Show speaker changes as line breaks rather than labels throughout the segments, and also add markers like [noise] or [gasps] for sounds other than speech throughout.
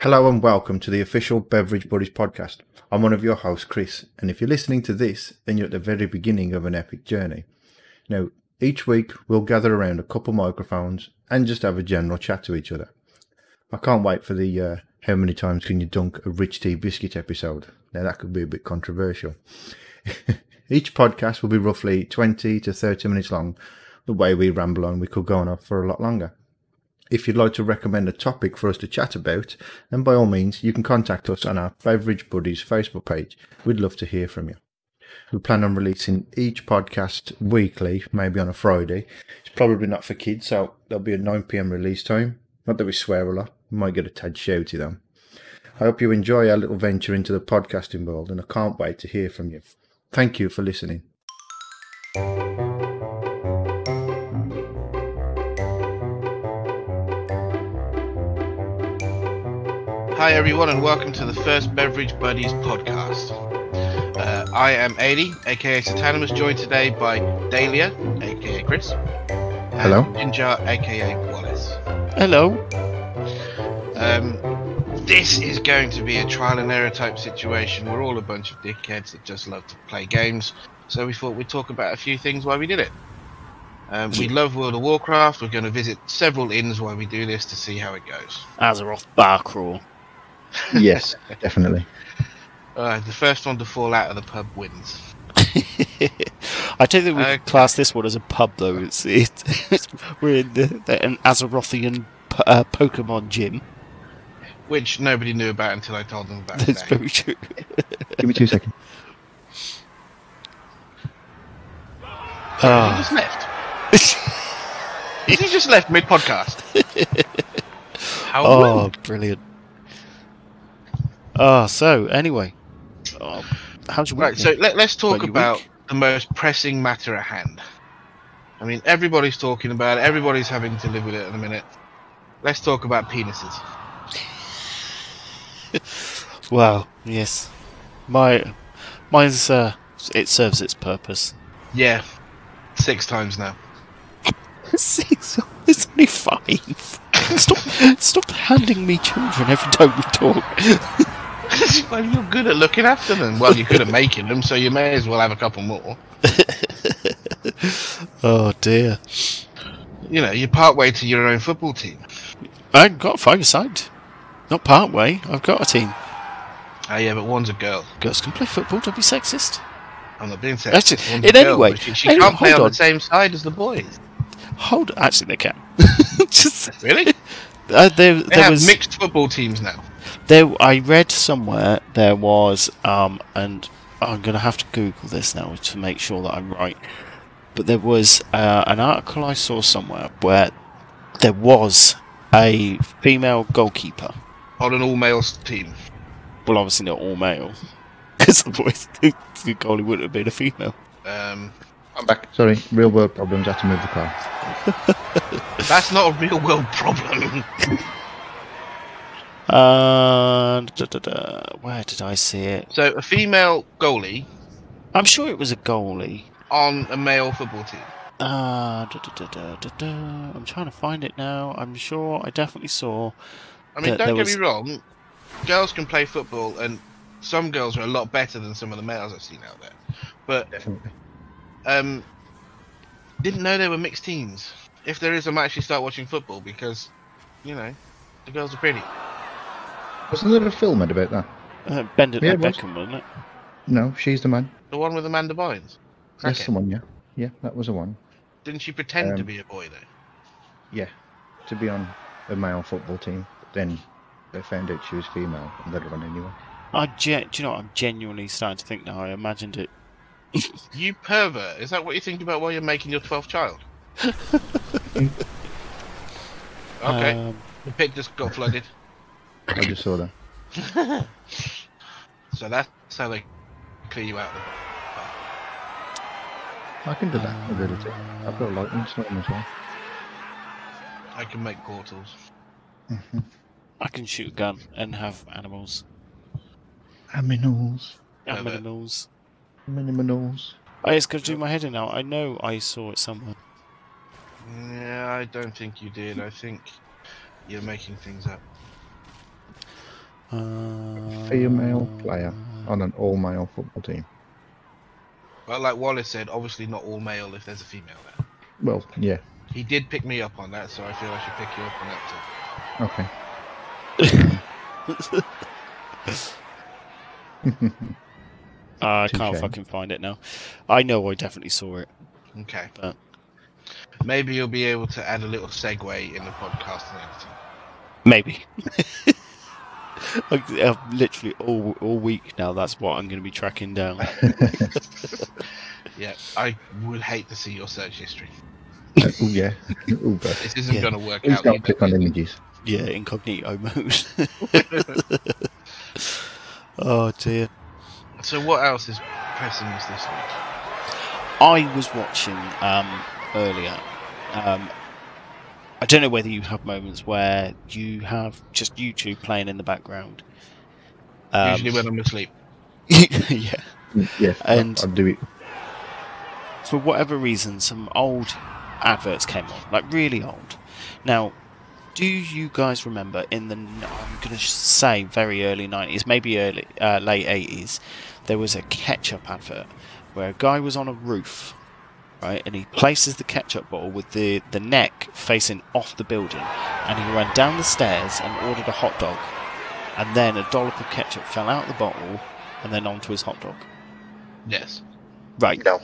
Hello and welcome to the official Beverage Buddies podcast. I'm one of your hosts, Chris, and if you're listening to this, then you're at the very beginning of an epic journey. Now, each week we'll gather around a couple microphones and just have a general chat to each other. I can't wait for the uh, how many times can you dunk a rich tea biscuit episode. Now, that could be a bit controversial. [laughs] each podcast will be roughly 20 to 30 minutes long. The way we ramble on, we could go on for a lot longer. If you'd like to recommend a topic for us to chat about, then by all means, you can contact us on our Beverage Buddies Facebook page. We'd love to hear from you. We plan on releasing each podcast weekly, maybe on a Friday. It's probably not for kids, so there'll be a 9 pm release time. Not that we swear a lot, we might get a tad shouty though. I hope you enjoy our little venture into the podcasting world, and I can't wait to hear from you. Thank you for listening.
Hi, everyone, and welcome to the first Beverage Buddies podcast. Uh, I am Ailey, aka Satanimus, joined today by Dahlia, aka Chris. and
Hello.
Ginger, aka Wallace.
Hello.
Um, this is going to be a trial and error type situation. We're all a bunch of dickheads that just love to play games, so we thought we'd talk about a few things why we did it. Um, we love World of Warcraft. We're going to visit several inns while we do this to see how it goes.
Azeroth bar crawl.
Yes, [laughs] definitely.
Uh, the first one to fall out of the pub wins.
[laughs] I don't think we
Okay.
could class this one as a pub, though. It's, it, it's we're in the, the, an Azerothian p- uh, Pokemon gym.
which nobody knew about until I told them about
That's
it.
very true.
Give me two seconds.
He
Ah.
just
[laughs]
left. he just left mid podcast.
[laughs]
How
oh, brilliant. Ah, so anyway, oh, how's your week?
Right, so let, us talk
But you
about
weak?
the most pressing matter at hand. I mean, everybody's talking about it, everybody's having to live with it in a minute. Let's talk about penises.
then? wow, yes, my mine's uh, it serves its purpose. [laughs]
Yeah, six times now. [laughs]
Six. It's only five. Stop! stop handing me children every time we talk.
well, you're good at looking after them. Well, you're good
[laughs]
at making them, so you may as well have a couple more.
Oh dear!
You know, you're part way to your own football team.
I've got five aside. Not part way. I've got a team.
Ah, yeah, but one's a girl.
Girls can play football. Don't be sexist.
I'm not being sexist.
Actually,
One's
in
a
any
girl,
way-
but she, she
any-
can't play
hold
on,
on.
the same side as the boys.
Hold. Actually,
[laughs]
they can. Just
Really? They
uh, there. there
have
was
mixed football teams now.
there. I read somewhere there was um and I'm gonna have to Google this now to make sure that I'm right. But there was uh, an article I saw somewhere where there was a female goalkeeper.
On an all males team.
Well, obviously not all male, [laughs] because otherwise [laughs] the the goalie wouldn't have been a female.
Um,
I'm back. Sorry, real world problems. I have to move the car.
that's not a real world [laughs] problem.
Uh, da, da, da. Where did I see it?
so a female goalie
I'm sure it was a goalie.
on a male football team.
Uh, da, da, da, da, da, da. I'm trying to find it now. I'm sure I definitely saw.
I mean,
There-
don't
there
get
was-
me wrong. Girls can play football, and some girls are a lot better than some of the males I've seen out there. But
Definitely.
um, didn't know they were mixed teams. If there is, I might actually start watching football because, you know, the girls are pretty.
Wasn't there a film made about that?
Uh, Bend it
Yeah,
like
it was.
Beckham, wasn't it?
No, she's the man.
The one with Amanda Bynes.
That's
Okay.
the one. Yeah, yeah, that was the one.
Didn't she pretend to
Um,
be a boy though?
Yeah, to be on a male football team. Then they found out she was female, and they'd run anyway.
I gen- do you know what? I'm genuinely starting to think now. I imagined it.
You pervert! Is that what you think about while you're making your twelfth child?
[laughs]
okay,
Uh,
Um,
the pit just got flooded,
I just saw that.
so that's how they clear you out.
I can do that ability. I've got a lightning storm as well.
I can make portals.
I can shoot a gun and have animals.
Aminals,
Yeah, but-
Animals.
miniminals.
Oh, it's going to do my head in now. I know I saw it somewhere.
Yeah, I don't think you did. I think you're making things up.
Uh,
Female player on an all male football team.
But like Wallace said, obviously not all male if there's a female there.
Well, yeah.
He did pick me up on that, so I feel I should pick you up on that too.
Okay. [laughs]
I
Touche.
can't fucking find it now. I know I definitely saw it.
Okay.
But-
Maybe you'll be able to add a little segue in the podcast and everything.
[laughs] Maybe. I, I've uh, literally all all week now. That's what I'm going to be tracking down.
Yeah, I would hate to see your search history.
Uh, oh, yeah. [laughs] Oh, God.
This isn't
Yeah.
going to work
Please
out.
don't
you
click
know.
on images.
yeah, incognito mode. oh dear.
So what else is pressing us this week?
I was watching um, earlier. Um, I don't know whether you have moments where you have just YouTube playing in the background. Um,
Usually when I'm asleep.
[laughs] yeah.
Yes.
And-
I'll do it.
for whatever reason, some old adverts came on, like really old. Now, do you guys remember in the n- I'm going to say very early 90s, maybe early uh, late 80s, there was a ketchup advert where a guy was on a roof, right, and he places the ketchup bottle with the the neck facing off the building, and he ran down the stairs and ordered a hot dog, and then a dollop of ketchup fell out the bottle, and then onto his hot dog.
Yes.
Right.
No.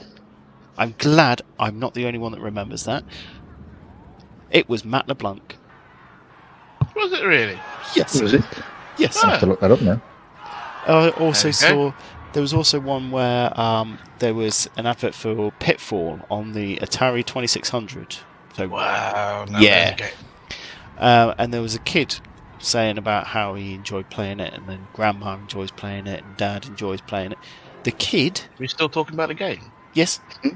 I'm glad I'm not the only one that remembers that. It was Matt LeBlanc.
Was it really?
Yes,
Was it?
yes.
I have to look that up now.
I also
Okay.
saw there was also one where um, there was an advert for Pitfall on the Atari 2600. So,
Wow. No,
Yeah.
that's okay.
uh, and there was a kid saying about how he enjoyed playing it, and then Grandma enjoys playing it, and Dad enjoys playing it. The kid,
We're still talking about the game.
yes,
Talk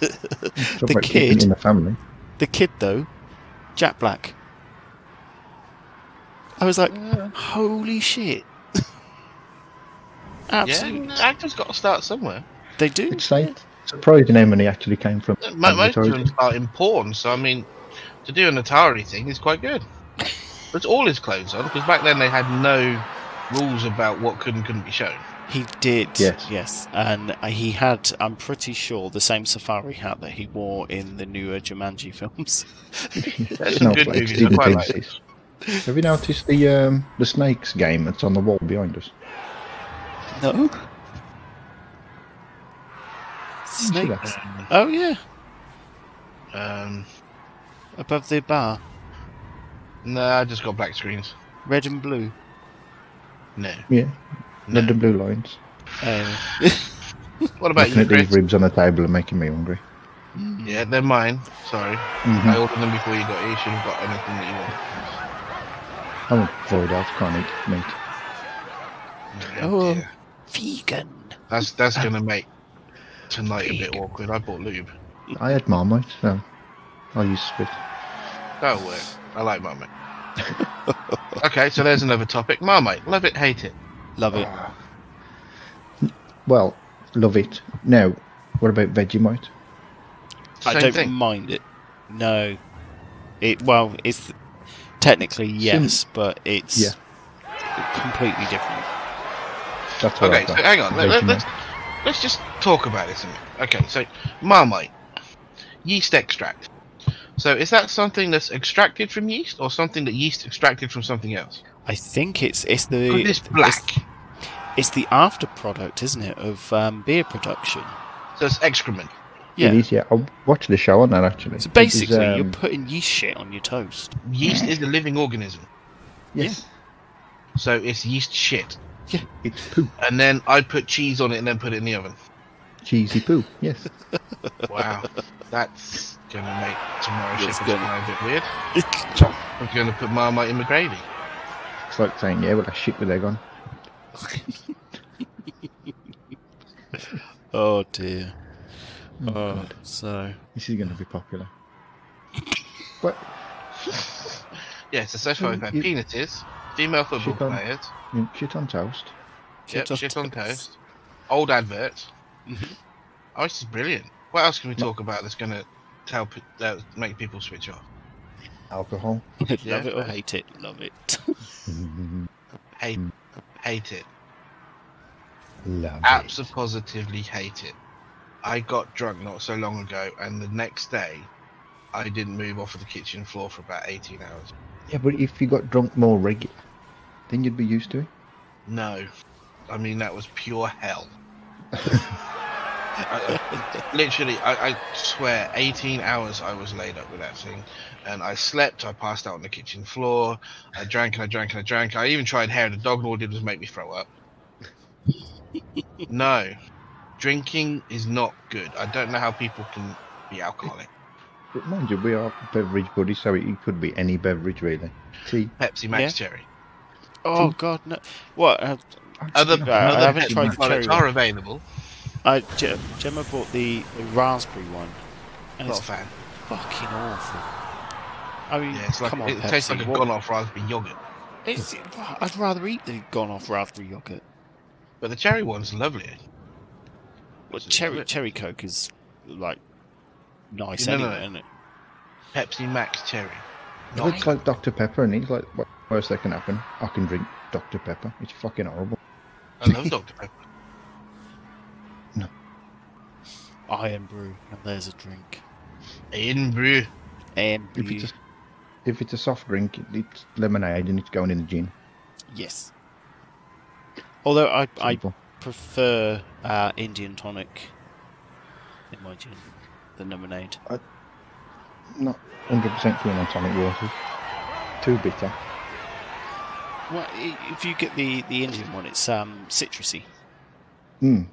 The
about keeping
kid.
in the family.
the kid though, Jack Black. I was like,
Yeah.
Holy shit. [laughs] Absolutely.
Yeah, actors got to start somewhere.
They do.
It's like surprising how many actually came from.
Mo- Most of
Atari.
them start in porn, so I mean, to do an Atari thing is quite good. It's all his clothes on because back then they had no rules about what could and couldn't be shown.
He did.
Yes.
Yes. And uh, he had, I'm pretty sure, the same safari hat that he wore in the newer Jumanji [laughs] films.
There's some good
Snowflakes,
movies I quite like.
DVDs. Have you noticed the um, the snakes game that's on the wall behind us?
no.
Should
Snake.
I?
Um,
Oh, yeah.
um,
Above the bar.
no, I just got black screens.
Red and blue.
No.
Yeah,
no.
the blue lines.
Um,
Oh, What about
Looking
you,
at these
Chris?
ribs on the table and making me hungry.
Yeah, they're mine. Sorry,
Mhm.
I ordered them before you got here. You should have got anything that you want.
I'm afraid I can't eat meat.
Oh,
dear.
vegan.
that's that's gonna make tonight a bit awkward. I bought lube.
I had marmite, so I use spit.
That'll work. I like Marmite. okay, so there's another topic. Marmite. Love it, hate it.
Love it.
Well, love it. Now, what about Vegemite?
I
Same
don't
thing.
mind it. No. It Well, it's technically
Hmm.
yes, but it's
Yeah.
completely different.
That's what
Okay,
I've
so
got.
hang on. Let, let,
Vegemite.
let's, let's just talk about this a minute. Okay, so Marmite. Yeast extract. So is that something that's extracted from yeast or something that yeast extracted from something else?
I think it's it's the
Because it's black.
It's the after product, isn't it, of um, beer production?
So it's excrement.
Yeah.
It is, yeah. I watched the show on that actually. It is,
So basically, you're
um,
putting yeast shit on
[laughs]
your toast.
Yeast is a living organism.
yes,
So it's yeast shit.
it's poo,
And then I put cheese on it and then put it in the oven.
cheesy poo. Yes,
Wow.
[laughs]
That's going to make tomorrow's
It's
shepherd's
gonna-
pie a bit weird. I'm going to put Marmite in the gravy.
it's like saying yeah, well, I shit with egg on.
oh dear.
Oh,
Oh,
God.
so
This is going to be popular. But
Yeah, so so
Um,
far we've had
You-
penises, female football
Shit on-
players,
you know, shit on toast.
yep,
Shit on
shit on
toast.
toast, old adverts.
Mhm.
Oh, this is brilliant. What else can we talk about that's going to tell pe- that make people switch off?
Alcohol.
[laughs] love
Yeah. [laughs]
it or hate it, love it.
Mhm.
Hate,
Hmm.
hate it.
Love it.
Absolutely positively hate it. I got drunk not so long ago, and the next day, I didn't move off of the kitchen floor for about 18 hours.
Yeah, but if you got drunk more regular, then you'd be used to it.
No. I mean, that was pure
[laughs]
hell. I- I- literally, I, I swear, 18 hours I was laid up with that thing. And I slept, I passed out on the kitchen floor, I drank and I drank and I drank. I even tried hair and the dog, and all it did was make me throw
[laughs]
up. no. Drinking is not good. I don't know how people can be alcoholic.
But mind you, we are beverage buddies, so it could be any beverage really. Tea.
Pepsi Max Cherry.
Oh God, no! What? Uh,
Other,
no,
Actually,
I
other
haven't
Pepsi
tried
products
cherry.
are available.
I, Uh, Ge- Gemma bought the, the raspberry one, and
Not a
it's
fan.
fucking awful. I mean,
Yeah, it's like,
come on,
it
Pepsi,
tastes like a
what-
gone off raspberry yogurt.
it's- I'd rather eat the gone off raspberry yogurt.
But the cherry one's lovely.
Well,
Is it
cherry
good?
cherry coke is like nice
No, no,
anyway,
no.
isn't it?
Pepsi Max Cherry.
it looks like Dr. Pepper, and he's like, what worst that can happen? I can drink Dr. Pepper. It's fucking horrible.
I love Dr. Pepper.
Iron brew, and there's a drink.
In brew.
And
If it's a, if it's a soft drink, it's lemonade and it's going in the gin.
yes. Although I, I
Simple.
prefer uh, Indian tonic in my gin than lemonade.
Not 100% keen on tonic waters. Too bitter.
Well, i- if you get the, the Indian one, it's um citrusy,
Mm.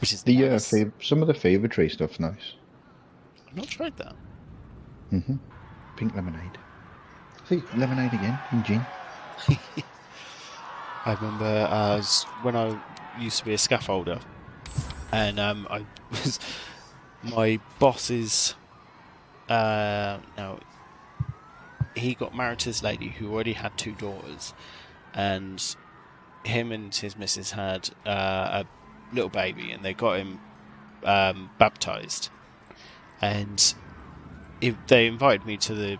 which is
The uh,
nice.
fever, some of the fever tree stuff's nice.
I've not tried that.
hmm Pink lemonade. See, lemonade again and gin.
I remember uh, s- when I used to be a scaffolder, and um, I [laughs] was my boss's. Uh, now, he got married to this lady who already had two daughters, and him and his missus had uh, a little baby, and they got him um, baptized, and if they invited me to the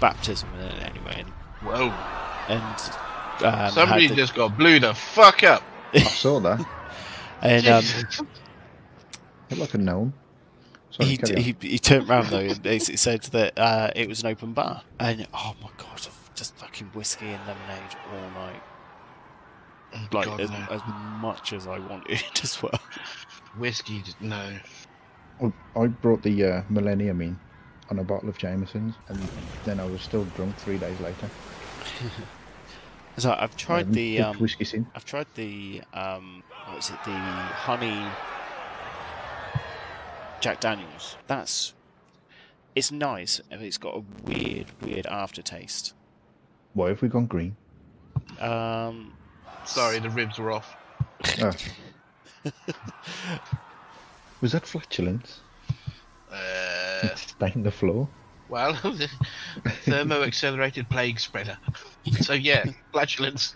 baptism uh, anyway,
Whoa.
and. Um, had
Somebody
the-
just got blew the fuck up.
I saw
[laughs]
that.
and um, [laughs]
Jesus.
Looked like a gnome. Sorry,
he,
carry on.
he he turned round though and basically said that uh, it was an open bar. And oh my god, just fucking whiskey and lemonade all night,
Oh,
like
God,
as,
no.
as much as I wanted [laughs] as well.
Whiskey, just, no.
I- I brought the uh, Millennium in on a bottle of Jameson's, and then I was still drunk three days later.
So I've
I
tried
haven't
the
dipped
um,
whiskey since.
I've tried the um, what was it? The honey Jack Daniels. That's it's nice, and it's got a weird, weird aftertaste.
Why have we gone
[laughs]
green?
Um,
Sorry, the ribs were off.
Ah. was that flatulence?
Uh,
Stain the floor.
well, [laughs] thermo accelerated plague spreader. So, yeah, flatulence.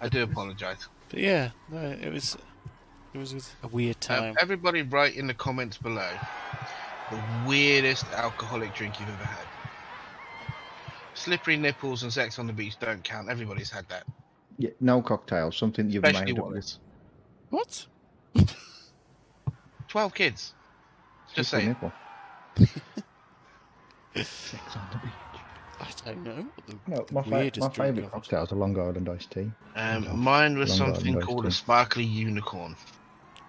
I do apologize.
But yeah, no, it was it was a weird
Um,
time.
everybody, write in the comments below the weirdest alcoholic drink you've ever had. Slippery nipples and sex on the beach don't count. Everybody's had that,
Yeah, no cocktail. Something you've
especially
made. up
Wallace.
what?
Twelve kids.
with
Just
slippery
saying.
[laughs] nipple. Sex on the beach.
I don't know. What the,
No,
the
my, fa-
weirdest
my
drink
favourite
I've had.
cocktail is a Long Island iced tea.
Um, mine was
Long
something
Island
called a
iced
sparkly unicorn.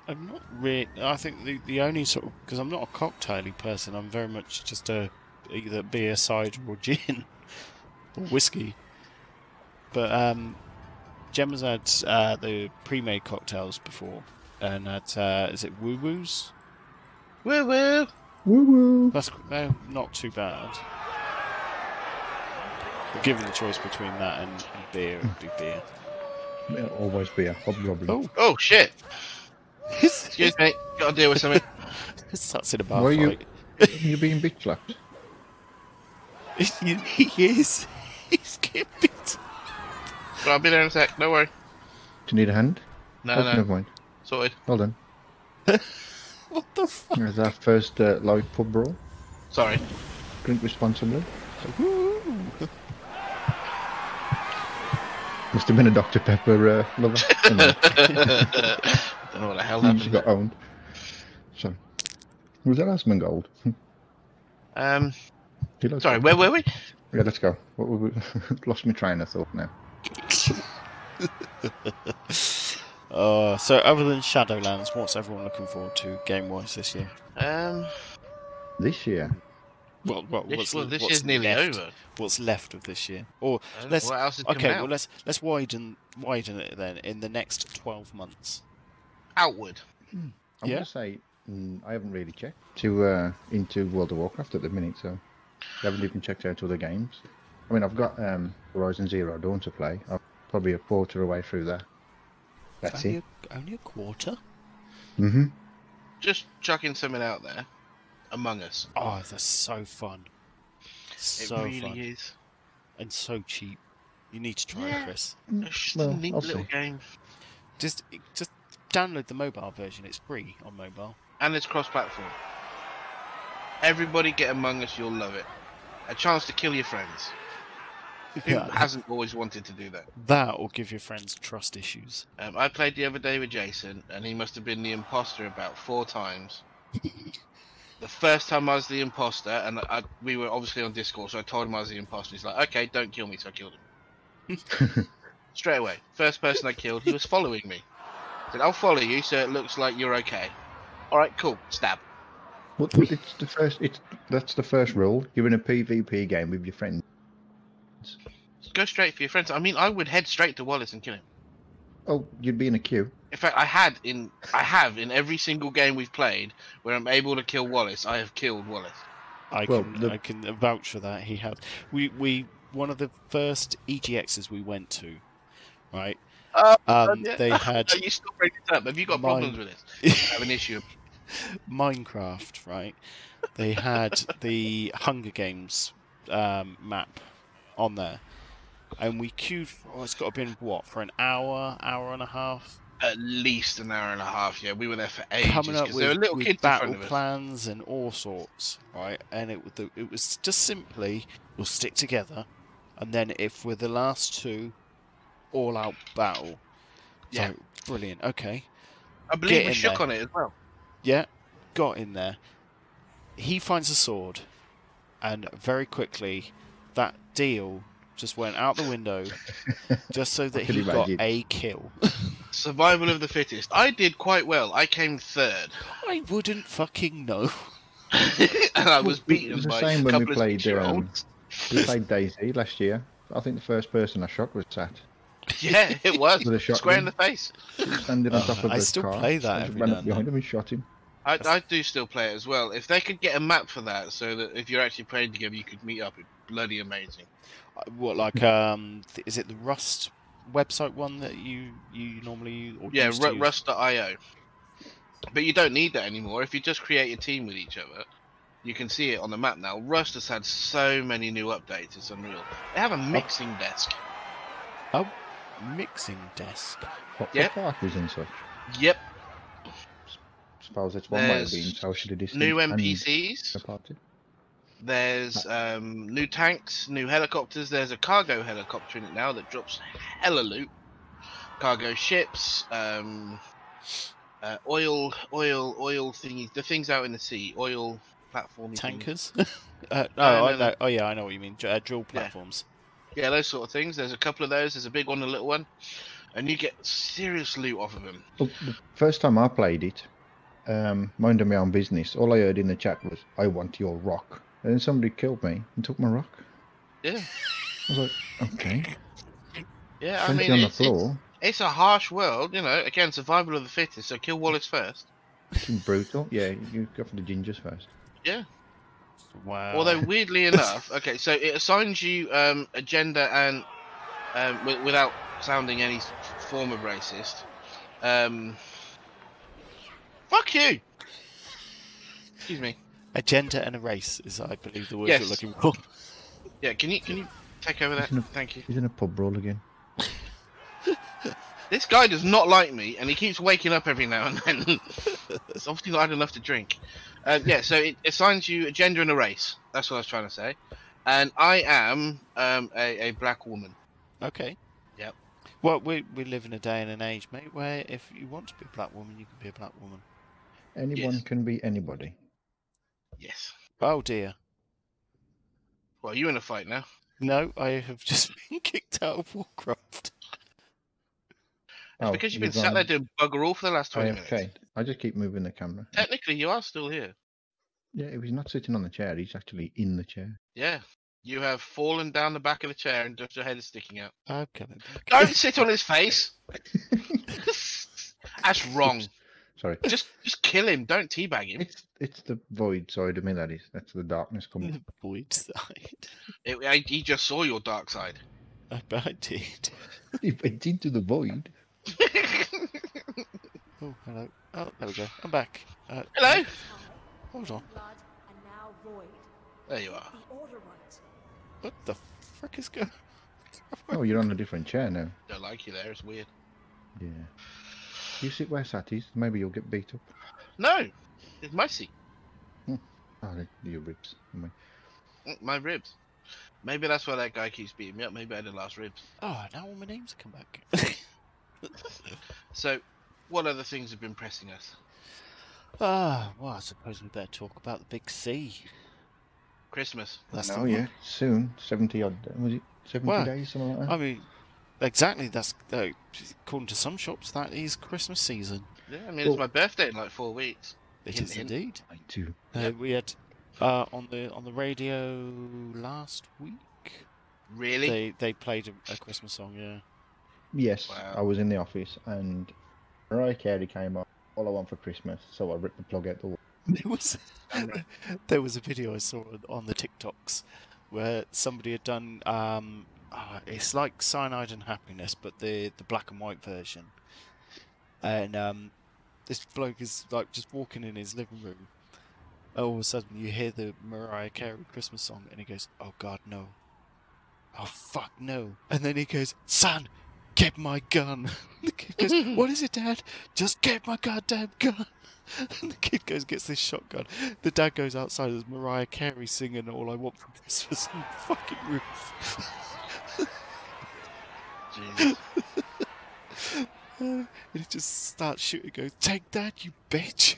I'm not really. I think the, the only sort of because I'm not a cocktaily person. I'm very much just a either beer, cider, or gin, [laughs] or whiskey. But um, Gemma's had uh, the pre-made cocktails before, and had uh, is it woo woos?
Woo woo!
Woo woo.
That's they're not too bad. But given the choice between that and and beer, it'd be [laughs] beer.
It'll always be a hobgoblin.
Oh,
Oh shit!
[laughs] Excuse
Excuse me, gotta deal with
[laughs]
something.
me. Starts in a bar
Were you-
fight. [laughs]
You're being bitch slapped.
You... he is. [laughs] He's getting bit.
But I'll be there in a sec. Don't worry.
Do you need a hand?
No,
Oh,
no,
Never mind.
sorted.
Well done.
[laughs] What the fuck?
There's our first uh, live pub brawl.
Sorry.
Drink responsibly.
Woo.
Must have been a Dr. Pepper uh,
[laughs]
lover. And then
Don't know what the hell
she
happened.
got owned. So, was that Asmongold? Gold?
Um, sorry, where were we?
Yeah, let's go. What [laughs] were we... Lost my train of thought now.
Uh, so, other than Shadowlands, what's everyone looking forward to game wise this year?
Um,
This year,
Well, well
this,
what's,
well, this
what's
is nearly
left,
over.
What's left of this year? Or
Uh,
let's
what else is
okay.
coming
Well,
out?
let's let's widen widen it then in the next twelve months.
Outward.
I'm
Yeah.
going to say mm, I haven't really checked to uh, into World of Warcraft at the minute, so I haven't even checked out other games. I mean, I've got um, Horizon Zero Dawn to play. I'm probably a quarter away through that. That's
only
it.
A, only a quarter.
Mm-hmm.
Just chucking something out there. Among Us.
Oh, that's so fun. So
it really
fun
is.
and so cheap. You need to try it,
Yeah.
Chris.
It's just
Mm, Well,
a neat
I'll
little
see.
game.
Just just download the mobile version. It's free on mobile.
and it's cross-platform. Everybody get Among Us, you'll love it. A chance to kill your friends. Who hasn't always wanted to do that?
That will give your friends trust issues.
Um, I played the other day with Jason, and he must have been the imposter about four times. the first time I was the imposter, and I, we were obviously on Discord, so I told him I was the imposter. He's like, "Okay, don't kill me," so I killed him straight away. First person I killed, he was following me. I said, "I'll follow you, so it looks like you're okay." All right, cool. Stab.
Well, it's the first. It's that's the first rule. You're in a PvP game with your friends.
Go straight for your friends. I mean, I would head straight to Wallace and kill him.
Oh, you'd be in a queue.
In fact, I had in I have in every single game we've played where I'm able to kill Wallace. I have killed Wallace.
I
Well,
can
the-
I can vouch for that. He had we we one of the first EGXs we went to, right?
Oh,
Um,
yeah.
they
[laughs]
had
Are you still bringing it up? Have you got
Mine-
problems with this? I have an issue.
Minecraft, right? They had the Hunger Games um, map on there, and we queued. For, oh, it's got to been what for an hour, hour and a half.
At least an hour and a half. Yeah, we were there for ages
coming up
because there were
with,
little
with
kids in
battle
front of us.
plans and all sorts, right? And it was it was just simply we'll stick together, and then if we're the last two, all out battle. It's
Yeah.
like, brilliant. Okay,
I believe
Get
we
in
shook
there.
on it as well.
yeah, got in there. He finds a sword, and very quickly, that deal just went out the window, just so that
can
he got
imagine.
a kill. [laughs]
Survival of the fittest. I did quite well. I came third, [laughs]
I wouldn't fucking know.
and I
It
was
was
beaten
the
by
same when
a
we
couple of
played, um,
six-year-olds. [laughs]
We played Daisy last year. I think the first person I shot was Sat [laughs]
Yeah, it was
With a
square
shotgun.
in the face.
standing on
Oh,
top of
I
the
still
car.
play that
I
every
ran
now
up
and then.
behind him and shot him.
I, I do still play it as well. If they could get a map for that, so that if you're actually playing together, you could meet up. It'd be bloody amazing.
Uh, what like
Mm-hmm.
um th- is it the rust website one that you you normally use or
Yeah,
used to
ru-
use?
rust.io. But you don't need that anymore. If you just create a team with each other, you can see it on the map now. Rust has had so many new updates, it's unreal. They have a mixing desk.
oh mixing desk
What
Yeah.
the fuck is in such?
Yep,
suppose it's one way of
There's
being socially distant.
new
and
NPCs.
a party.
There's um, new tanks, new helicopters. There's a cargo helicopter in it now that drops hella loot. Cargo ships, um, uh, oil, oil, oil thingy. The things out in the sea, oil platform.
tankers [laughs] uh, no,
No, no,
I
no.
know- oh yeah I know what you mean Dr- uh, drill platforms
Yeah, those sort of things. There's a couple of those. There's a big one, a little one, and you get serious loot off of them.
Well, the first time I played it, um, minding my own business, all I heard in the chat was, I want your rock. And then somebody killed me and took my rock.
Yeah,
I was like, okay.
yeah.
I
I mean,
on the
it's, it's,
floor.
it's a harsh world, you know. Again, survival of the fittest. So kill Wallace first.
It's brutal. Yeah, you go for the gingers first.
Yeah.
wow
Although
[laughs]
weirdly enough, okay, so it assigns you um, a gender and um, w- without sounding any s- form of racist. Um, fuck you. Excuse me.
a gender and a race is I believe the word
Yes.
you're looking for [laughs]
Yeah, can you can you take over that? Thank you.
He's in a pub brawl again.
This guy does not like me, and he keeps waking up every now and then. [laughs] it's obviously not had enough to drink. Um, yeah, so it assigns you a gender and a race. That's what I was trying to say. And I am um, a, a black woman.
okay
Yep.
Well, we, we live in a day and an age, mate, where if you want to be a black woman, you can be a black woman.
Anyone
Yes.
can be anybody.
Yes.
Oh dear.
Well, you in a fight now?
No, I have [laughs] just been kicked out of Warcraft.
Oh,
because you've been
you've
sat there
gone
doing bugger all for the last 20 minutes.
AFK. I just keep moving the camera.
Technically, you are still here.
Yeah, if he's not sitting on the chair, he's actually in the chair. [laughs]
Yeah. You have fallen down the back of the chair and just your head is sticking out.
I'm coming back.
Don't sit on his face. [laughs] That's wrong.
Sorry.
Just just kill him. Don't teabag him.
It's it's the void side of me that is. That's the darkness
[laughs]
coming.
The void side. [laughs]
It, I, he just saw your dark side.
I bet I did.
it went into the void.
Oh, hello. Oh, there we go. I'm back. Uh, [laughs]
Hello.
Hold on.
Blood and now void.
There you are.
The order right.
What the frick is going
Oh,
[laughs]
you're on a different chair now.
Don't like you there. It's weird.
Yeah. You sit where Sat is. Maybe you'll get beat up.
No. It's my seat.
Oh, they- your ribs. I mean,
Mm, My ribs. Maybe that's why that guy keeps beating me up. Maybe I had the last ribs.
Oh, now all my names come back. [laughs]
So, what other things have been pressing us?
ah, well, I suppose we better talk about the big C.
Christmas.
That's the
oh
one.
yeah, soon. Seventy odd. Was it seventy
Wow.
days? Something like that.
I mean, exactly. That's uh, according to some shops, that is Christmas season.
Yeah, I mean,
Well-
it's my birthday in like four weeks.
It
Hint,
is
hint.
indeed.
I do.
Uh, we had uh, on the on the radio last week.
Really?
They they played a, a Christmas song. Yeah.
Yes,
Wow.
I was in the office and Mariah Carey came up. All I want for Christmas, so I ripped the plug out the wall.
[laughs] There was [laughs] there was a video I saw on- on the TikToks where somebody had done um, ah, it's like Cyanide and Happiness, but the the black and white version. And um, this bloke is like just walking in his living room. All of a sudden, you hear the Mariah Carey Christmas song, and he goes, "Oh God, no! Oh fuck, no!" And then he goes, "Son, get my gun." [laughs] the kid
[laughs]
goes, "What is it, Dad? Just get my goddamn gun!" [laughs] And the kid goes, gets this shotgun. The dad goes outside. There's Mariah Carey singing "All I Want for Christmas" on the fucking roof.
Jesus.
[laughs] and he just starts shooting. Goes, "Take that, you
[laughs]
bitch!"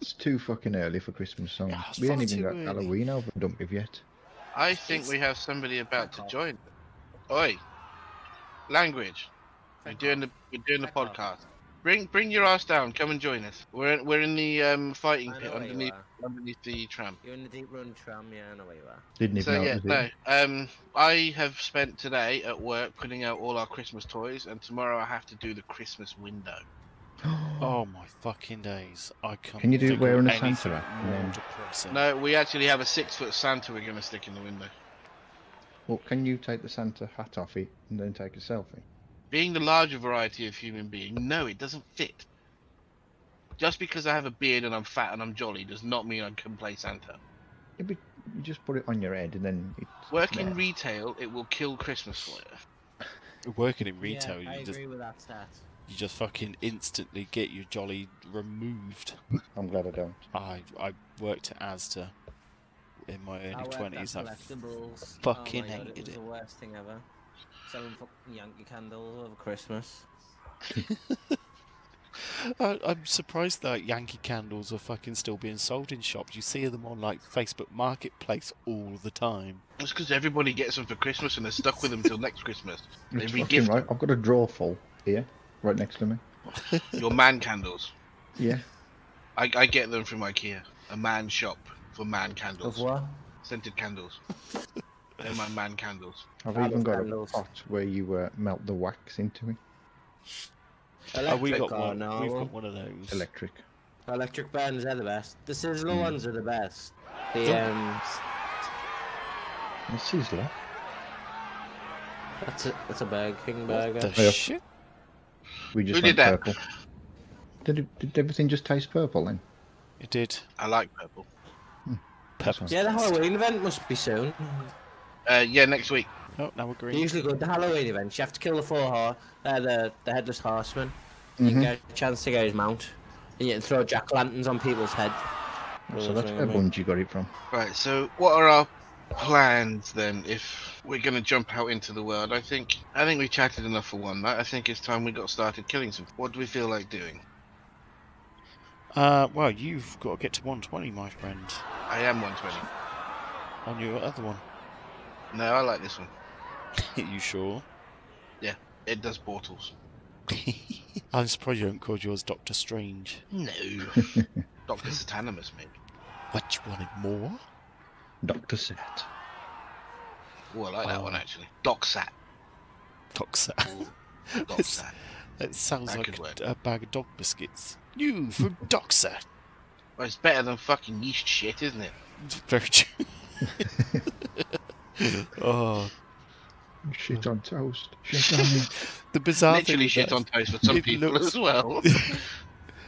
It's too fucking early for Christmas songs.
Yeah, it's
we ain't
far
even
too
got
early.
Halloween over and done with yet.
I think we have somebody about to join. Oi, language. We're doing the we're doing the
Fuck
podcast.
off.
Bring bring your ass down. Come and join us. We're in, we're in the um, fighting
I
pit
know where
underneath
you are.
underneath the tram.
You're in the deep run tram, yeah, I know where you are.
Didn't even
So
know
yeah,
it was
no.
[gasps] it.
Um, I have spent today at work putting out all our Christmas toys, and tomorrow I have to do the Christmas window.
Oh my fucking days! I can't.
Can you do
think
wearing
of
a Santa
anything
hat and
more
then-
depressing.
No, we actually have a six foot Santa we're going to stick in the window.
Well, can you take the Santa hat off it and then take a selfie?
Being the larger variety of human being, no, it doesn't fit. Just because I have a beard and I'm fat and I'm jolly does not mean I can play Santa.
It'd be, you just put it on your head and then it's
Work in
there.
retail, it will kill Christmas for you.
Working in retail,
I
you just
agree with that stat.
you just fucking instantly get your jolly removed.
I'm glad I don't.
I I worked at Asda in my
I
early
worked at
twenties. I
collectibles.
fucking
oh my God,
hated
it. was
it.
the worst thing ever. Selling fucking Yankee candles over Christmas.
I, I'm surprised that Yankee candles are fucking still being sold in shops. You see them on like Facebook Marketplace all the time.
It's because everybody gets them for Christmas and they're stuck with them till next Christmas. They
It's fucking
re-gift
right. I've got a drawer full here, right next to me.
your man candles.
Yeah.
I, I get them from IKEA, a man shop for man candles,
what?
scented candles. [laughs] They're my man candles.
I've
Candles,
even got
candles.
a pot where you uh, melt the wax into it.
Oh, we
Electric
got
or
one.
no?
We've got one of those.
Electric.
Electric bands are the best. The sizzler
Hmm.
ones are the best. The
Yeah.
um,
A sizzler.
that's a that's a Burger King
What
burger.
the
Yeah.
shit?
We just
Who did
went
that?
purple. Did, it, did everything just taste purple then?
It did.
I like purple.
Pepper's
yeah, the
best.
Halloween event must be soon.
Uh, yeah, next week.
Oh, now we're green.
They're usually good. The Halloween events, you have to kill the four ho- uh, the the headless horseman. You
Mhm.
get a chance to get his mount, and you can throw jack lanterns on people's heads.
So that's where
Well,
Bungie got it from.
Right. So, what are our plans then if we're going to jump out into the world? I think I think we chatted enough for one night. I think it's time we got started killing some. What do we feel like doing?
Uh, well, you've got to get to 120, my friend,
I am 120.
on your other one. [laughs]
No, I like this one.
you sure? [laughs]
It does portals.
I'm surprised you haven't called yours Doctor Strange.
No. Doctor Satanimus, maybe.
What, you wanted more?
Doctor Set.
Oh, I like that
Wow.
one actually. Doc Sat.
[laughs] Doctor.
Doc Sat.
That sounds
That
like
could work.
a, a bag of dog biscuits. You from
[laughs]
Doxa.
Well, it's better than fucking yeast shit, isn't it? [laughs]
Very true. oh,
Shit on toast. [laughs] Shit on
the bizarre
Literally
thing
shit
is that
on toast
[laughs]
for some
it
people
looks-
as well.
[laughs]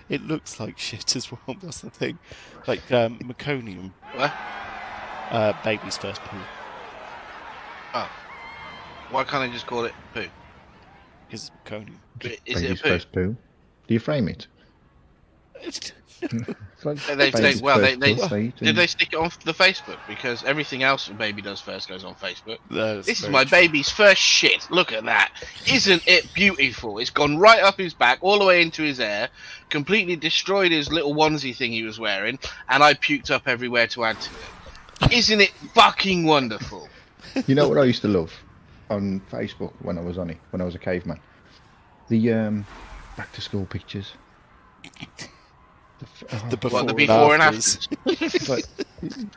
It looks like shit as well. [laughs] That's the thing. Like um, meconium,
[laughs] What?
uh, baby's first poo,
Oh. Why can't I just call it poo?
because meconium.
[laughs] Is it a
Baby's
poo?
first poo. Do you frame it? It's like
They- they-
baby's
well, they-
first
they-
poo, eat
Did
and-
they stick it on the Facebook? Because everything else a baby does first goes on Facebook.
That's
This is
very
my
true.
baby's first shit. Look at that. Isn't it beautiful? It's gone right up his back, all the way into his hair, completely destroyed his little onesie thing he was wearing, and I puked up everywhere to add to it. Isn't it fucking wonderful?
You know what I used to love on Facebook when I was on it, when I was a caveman? The um, back to school pictures. The, f- oh,
The before,
What, the before and
afters.
afters?
it's like,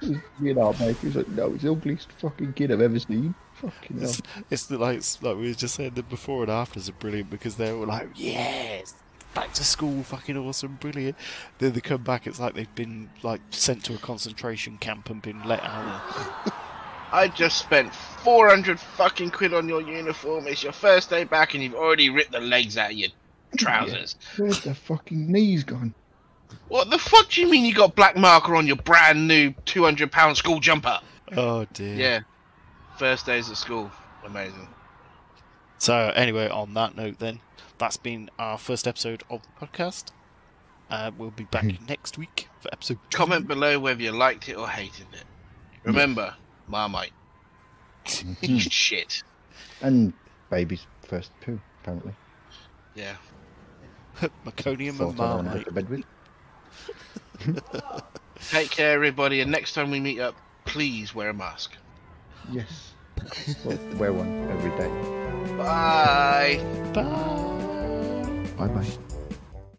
[laughs] you know, mate, he's like, no, it's the ugliest fucking kid I've ever seen. Fucking hell.
It's, it's the, like it's like we were just saying the before and afters are brilliant because they're all like yes back to school fucking awesome brilliant then they come back it's like they've been like sent to a concentration camp and been let out
I just spent 400 fucking quid on your uniform. It's your first day back, and you've already ripped the legs out of your trousers.
Where's the fucking knees gone?
What the fuck do you mean you got black marker on your brand new 200 pound school jumper?
oh dear
Yeah. First days at school. Amazing.
so anyway on that note then that's been our first episode of the podcast uh, we'll be back next week for episode two.
Hmm. Comment below whether you liked it or hated it. Remember, Marmite. Eat [laughs] shit.
And baby's first poo, apparently.
Yeah.
meconium and
Thought I don't know
marmite
what to bed with.
Take care, everybody, and next time we meet up, please wear a mask.
Yes. Well, wear one every day.
Bye.
bye
Bye bye.